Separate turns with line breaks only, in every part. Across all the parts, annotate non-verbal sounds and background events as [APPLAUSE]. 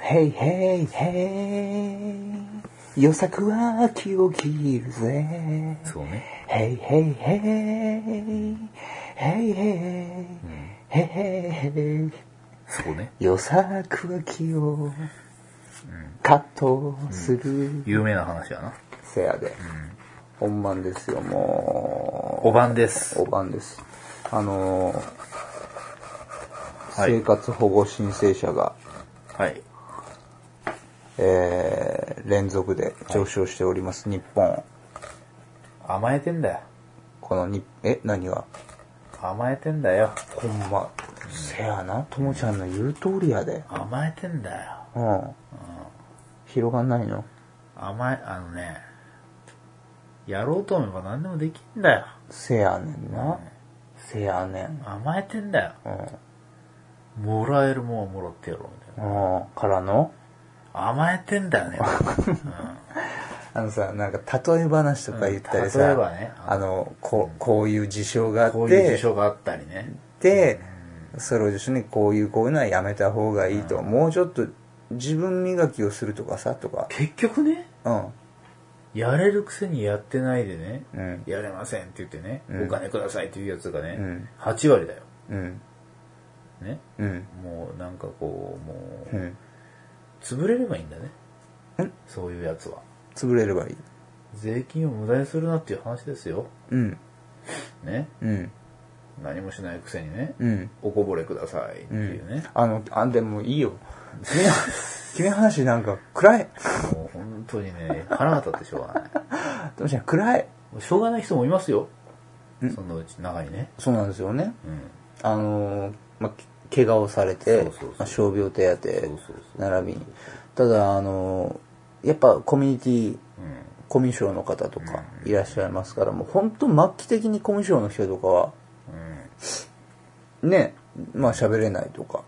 ヘイヘイヘイ。予策は秋を切るぜ。
そうね。
ヘイヘイヘイ。ヘイヘイ。ヘイヘイヘイ。
そうね。
予策は気をカットする。
有名な話やな。
せやで。本番ですよ、も
5番で
う。
す
お。番です。あのー、
はい
生活保護申請者が、
はい。
えー、連続で上昇しております、日本。
甘えてんだよ。
このに、え、何が
甘えてんだよ。
ほんま、せやな、ともちゃんの言う通りやで。
甘えてんだよ。
うん。広がんないの
甘え、あのね、やろうと思えば何でもできんだよ。
せやねんな。せやねん。
甘えてんだよ。
う
もらえるもんはもらってやろうみたい
ん。うん。からの
な。甘えてんだよ
[LAUGHS]
ね。
あのさ、なんか例え話とか言ったりさ、
うん例えばね
あの、こう、こういう事象があっ
こういう
て
事、象があったりね。
で、それを一緒にこういう、こういうのはやめた方がいいと、もうちょっと自分磨きをするとかさ、とか。
結局ね、
うん。
やれるくせにやってないでね、
うん
やれませんって言ってね、
うん
お金くださいっていうやつがね、
うん
8割だよ。
うん。
ね。
うん。
もうなんかこう、も
う
う、
ん。
潰れればいいんだね
うん。
そういうやつは。
潰れればいい。
税金を無駄にするなっていう話ですよ。
うん。
ね。
うん。
何もしないくせにね、
うん。
おこぼれくださいっていうね。
あの、あ、でもいいよ。君の、君の話なんか暗い。
もう本当にね、腹が立ってしょうがない。
どうしよう、暗い。
もうしょうがない人もいますよ。そのうち中にね。
そうなんですよね。
うん。
あのーまあ、け怪我をされて、
そうそうそう
まあ、傷病手
そうそう
当、並びに。ただ、あのーやっぱコミュニティ、
うん。
コミュ障の方とかいらっしゃいますから、もう本当末期的にコミュ障の人とかは、ね、まあ喋れないとか、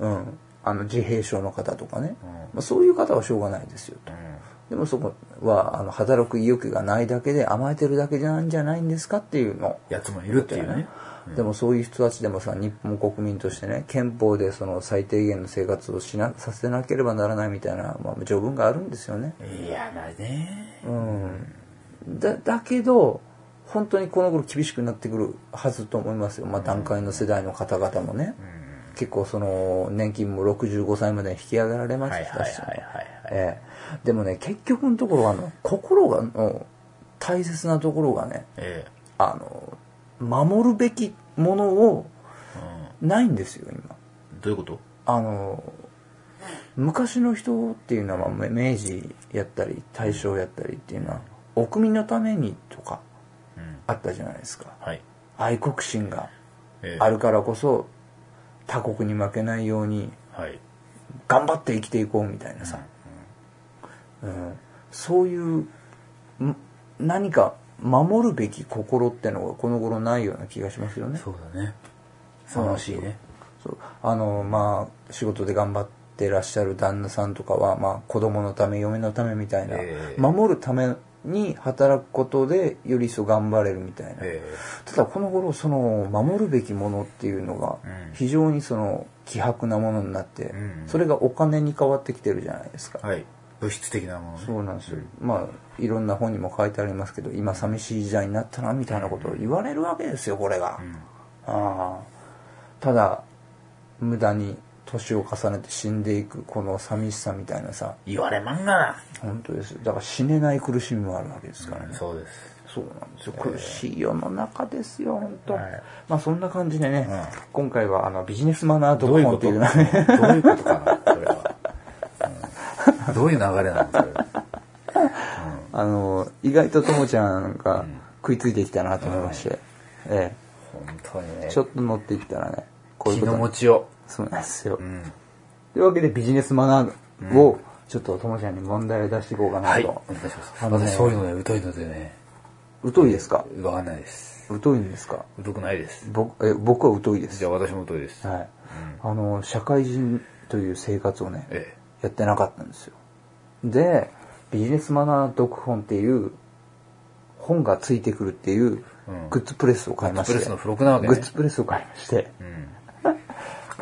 うん、あの自閉症の方とかね、
うん
まあ、そういう方はしょうがないですよと。
うん。
でもそこは、あの、働く意欲がないだけで甘えてるだけなんじゃないんですかっていうの。
やつもいるっていうね。
でもそういう人たちでもさ、日本国民としてね、憲法でその最低限の生活をしな、させなければならないみたいな、まあ、条文があるんですよね。
いやだね。
うん。だ、だけど、本当にこの頃厳しくなってくるはずと思いますよ。まあ、段階の世代の方々もね。結構その、年金も65歳までに引き上げられま
はい
し
はいは
た
い
し。
はいはい。
ええでもね、結局のところ、あの、心が、の大切なところがね、
え
あの、守るべきものを、
え。
ないんですよ、今。
うん。どういうこと
あの、昔の人っていうのは、まあ明治やったり、大正やったりっていうのは、お国のためにとか、
うん。
あったじゃないですか。
はい。
愛国心が
ええ
あるからこそ、他国に負けないように、
はい。
頑張って生きていこうみたいなさ、うん、そういうん何か守るべき心ってのがこの頃ないような気がしますよね
そうだね。楽しいね。
そうあのまあ仕事で頑張ってらっしゃる旦那さんとかは、まあ、子供のため嫁のためみたいな、
ええ
守るために働くことでより一層頑張れるみたいな、
え
ただこの頃その守るべきものっていうのが
うん
非常にその希薄なものになって、
うんうん
それがお金に変わってきてるじゃないですか、
え。はい。物質的なものね。
そうなんですよ、まあいろんな本にも書いてありますけど今寂しい時代になったなみたいなことを言われるわけですよこれが、
うん。
ああただ無駄に年を重ねて死んでいくこの寂しさみたいなさ
言われまんがな。
本当ですよだから死ねない苦しみもあるわけですからね、
そうです。
そうなんですよ。苦しい世の中ですよ、本当。
はい
まあそんな感じでね、
うん
今回はあのビジネスマナード
どう
コ
いう
モン
こ
って
と
いう
どう
のはね、
いうことかな、それは。うんどういう流れなんだ、それ。
あの、意外とともちゃんが食いついてきたなと思いまして、え
本当にね
え、ちょっと乗っていったらね、こういうこ
気
と
の
に
持ちを。
そうなんですよ。
うん。
というわけでビジネスマナーを、ちょっとともちゃんに問題を出していこうかな
はい。
と。
お願いします。
あのね
私、そういうのね、疎いのでね、
疎いですか
わかんないです。
疎いんですか
疎くないです。
僕え僕は疎いです
じゃあ、私も疎いです。
はい。あの、社会人という生活をね、
え
やってなかったんですよ。で、ビジネスマナー読本っていう本がついてくるっていう
うん
グッズプレスを買いまして、
グッズプレスの付録なわけね
グッズプレスを買いまして、
え。うん。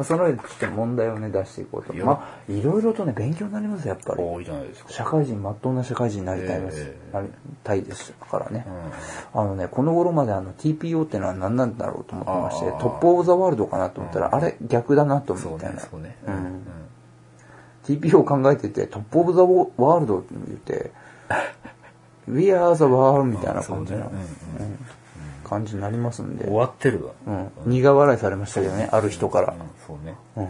あその上でちょっと問題をね、出していこうと。
いいよ
まあ、いろいろとね、勉強になりますよやっぱり。
多いじゃないですか。
社会人、まっとうな社会人になりたいです。
え
なりたいですからね。
う
あのね、この頃まであの TPO ってのは何なんだろうと思ってまして、
あー
トップオブザワールドかなと思ったら、
うん
あれ逆だなと
ん。そ
思
う
ったよ
ね、
ね。
そうね。
う
うんん。
TPO を考えてて、トップオブザワールドって言って、We are the world みたいな感じな、
そうねうん
うん感じになりますんで
終、わってるわ。
うん、苦笑いされましたけどね、ある人から
うん。、そうね。
うん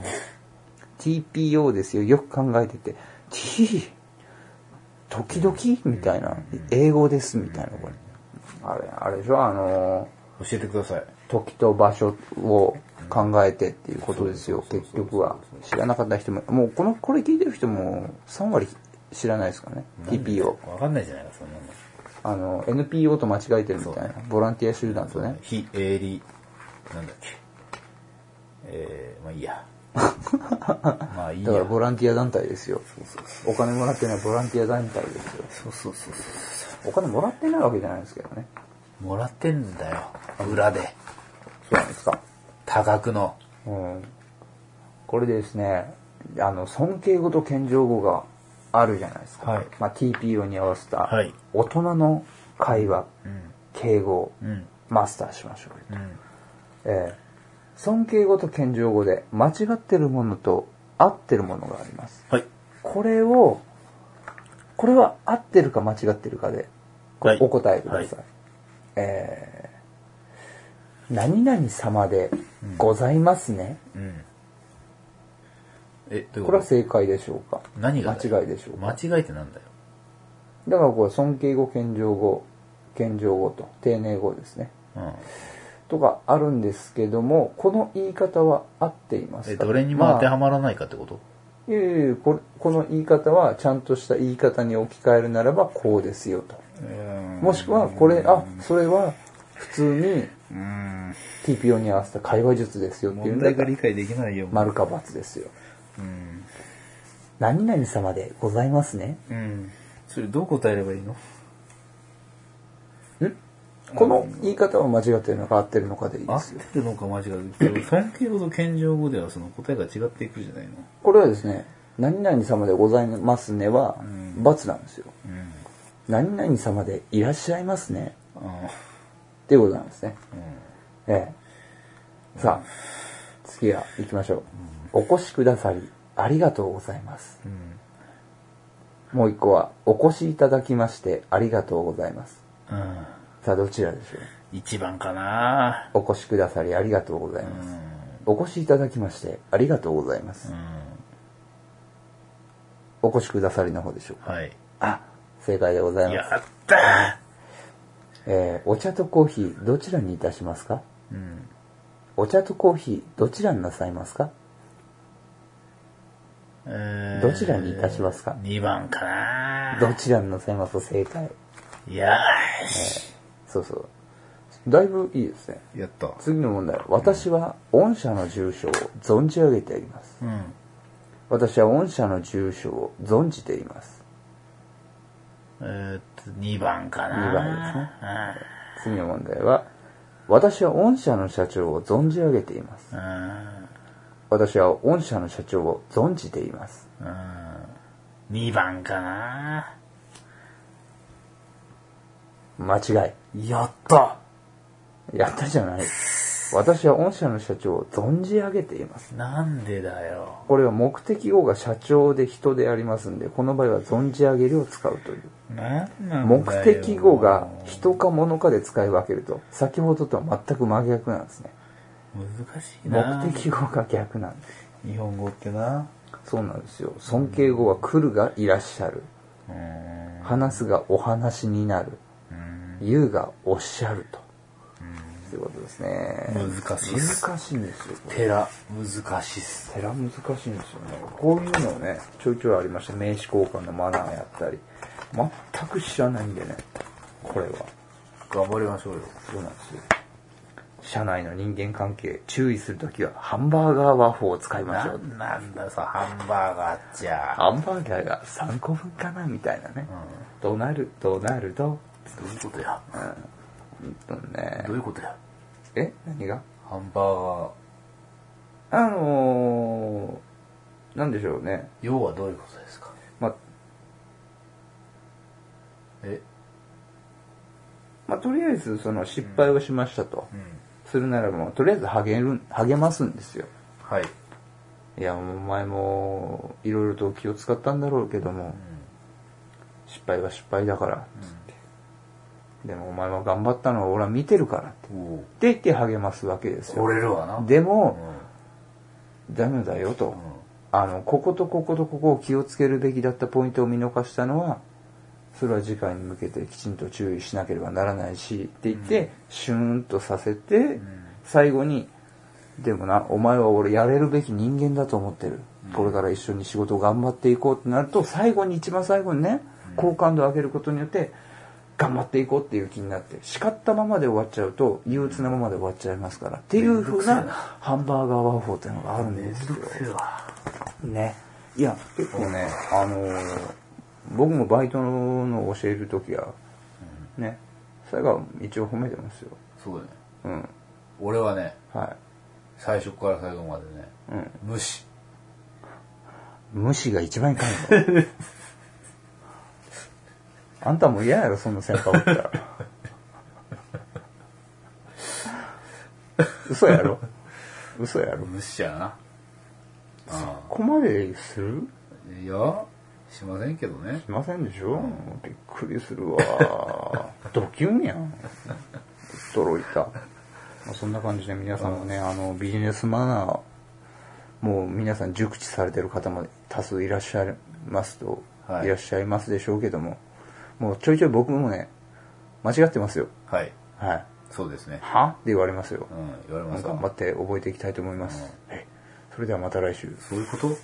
TPO ですよ、よく考えてて、T、時々みたいな、英語ですみたいな、これ。あれ、あれでしょ、あの
教えてください。
ー、時と場所を考えてっていうことですよ、結局は。知らなかった人も、もうこの、これ聞いてる人も3割知らないですからね、TPO。
わかんないじゃないですか、そんなの。
あの、NPO と間違えてるみたいな、ボランティア集団とね。
非営利、なんだっけ。えー、まあい
[LAUGHS]
いや。まあいいや。
だからボランティア団体ですよ。お金もらってないボランティア団体ですよ。
そうそうそうそ
お金もらってないわけじゃないですけどね。
う。もらってんだよ。裏で。
そうなんですか。
多額の。
うん。これでですね、あの、尊敬語と謙譲語があるじゃないですか。
はい
まあ、TPO に合わせた
はい、
大人の会話、
うん。
敬語を
うん。
マスターしましょうよと。
うん。
ええ尊敬語と謙譲語で間違ってるものと合ってるものがあります。
はい。
これを、これは合ってるか間違ってるかで、こ
はい
お答えください。
はい
えー、何々様でございますね。
うん。え、どう
こ
いうこ
れ
と
は正解でしょうか
何がだよ
間違いでしょうか
間違いってなんだよ。
だからこれ尊敬語、謙譲語、謙譲語と、丁寧語ですね。
うん。
とかあるんですけども、この言い方は合っています
え、
か
どれにも当ては
ま
まらないかってこと
あいやいやいやこれこの言い方はちゃんとした言い方に置き換えるならばこうですよと。もしくは、これ、あ、それは普通
うーん。
に TPO に合わせた会話術ですよっていうん
問
だ
題
った
が
ら
理解できないよ。
丸か×ですよ。
うん。
何々様でございますね。
うん。それどう答えればいいの
んこの言い方は間違ってるのか合ってるのかでいい
合
で
っ
すよ。
てるのか間違ってるけど、尊敬語と謙譲語ではその答えが違っていくじゃないの。
これはですね、何々様でございますねは
うん
×なんですよ。
うん。
何々様でいらっしゃいますね
あ
っていうことなんですね。
あ。うん。
ええ。さあ、次は行きましょう。お越しくださり、ありがとうございます。
うん。
もう一個は、お越しいただきましてありがとうございます。
うん。
さあ、どちらでしょ
一番かな
うお越しくださりありがとうござい
うん。
ま
う
す。
ん。
お越しいただきましてありがとうございます。お越しくださりの方でしょうか。
はい。
あ、正解でござい
や
ます。
ったー
えー、お茶とコーヒーどちらにいたしますか
うん。
お茶とコーヒーどちらになさいますか
えー
どちらにいたしますか
二番かな
どちらになさいますか正解。
よーし。
そうそう。だいぶいいですね。
やった。
次の問題。私は御社の住所を存じ上げています。
うん。
私は御社の住所を存じています。
えーっと、二番かな
二番次の問題は、私は御社の社長を存じ上げています。私は御社の社長を存じています。
うん。うん。二番かな
間違
やった
い。やったじゃない。私は御社の社長を存じ上げています。
なんでだよ。
これは目的語が社長で人でありますんで、この場合は存じ上げるを使うという。
なんなん
目
だよ。
的語が人か物かで使い分けると、先ほどとは全く真逆なんですね。
難しいな。
目的語が逆なんです。
日本語ってな。
そうなんですよ。尊敬語は来るがいらっしゃる。
うーん。
話すがお話になる。
うん
言うがおっしゃると。そういうことですね。
難しいっす
難しいんですよ。
寺、難しいっす。
寺難しいんですよね。こういうのね、ちょいちょいありました。名刺交換のマナーやったり。全く知らないんでね、これは。
頑張りましょうよ。
そうなんですよ。社内の人間関係、注意するときは、ハンバーガーワッフルを使いましょ
な
う。
なんだよ、さ、ハンバーガーっちゃ。
ハンバーガーが3個分かなみたいなね。ドナルド、ドナルド。
どういうことや
うんとね
どう。いうことや
え何が
ハンバーガー。
あのなんでしょうね。
要はどういうことですか
まあ、
え
まあ、とりあえず、その、失敗をしましたと
う。ん
するならもう、とりあえず励る、励ますんですよ。
はい、
いや、お前も、いろいろと気を使ったんだろうけども、失敗は失敗だから、つって。でも、お前は頑張ったのを俺は見てるから、って。っ
うん、おお
て言って励ますわけですよ。
折れるわな
で
う
も、
ん
ダメだよと
う。ん
あの、こことこことここを気をつけるべきだったポイントを見逃したのは、それは次回に向けてきちんと注意しなければならないし、って言って、シューンとさせて、最後に、でもな、お前は俺やれるべき人間だと思ってる。これから一緒に仕事を頑張っていこうってなると、最後に、一番最後にね、好感度を上げることによって、頑張っていこうっていう気になって、叱ったままで終わっちゃうと、憂鬱なままで終わっちゃいますから、っていう風なハンバーガーワーフォーっていうのがあるん
めん
です
ど
よ。
くせえわ
ね。いや、結構ね、あのー僕もバイトの教えるときは、ね、それが一応褒めてますよ。
そうだね
うん。
俺はね
は
最初から最後までね、
い。うん。
無視
無視が一番いかんよ。 [LAUGHS] あんたも嫌やろ、そんな先輩おった [LAUGHS] ら。嘘やろ。嘘やろ。
無視やなあ
ここまでする
あいやしませんけどね
しませんでしょ、びっくりするわ [LAUGHS] ドキュンやん驚いた、まあ、そんな感じで皆さんもね、あのビジネスマナーもう皆さん熟知されてる方も多数いらっしゃいますと、
はい
い、らっしゃいますでしょうけどももうちょいちょい僕もね間違ってますよ
はい
はい
そうですね
はって言われますよ
う、ん言われます
頑張
か
って覚えていきたいと思います、はいそれではまた来週
そういうこと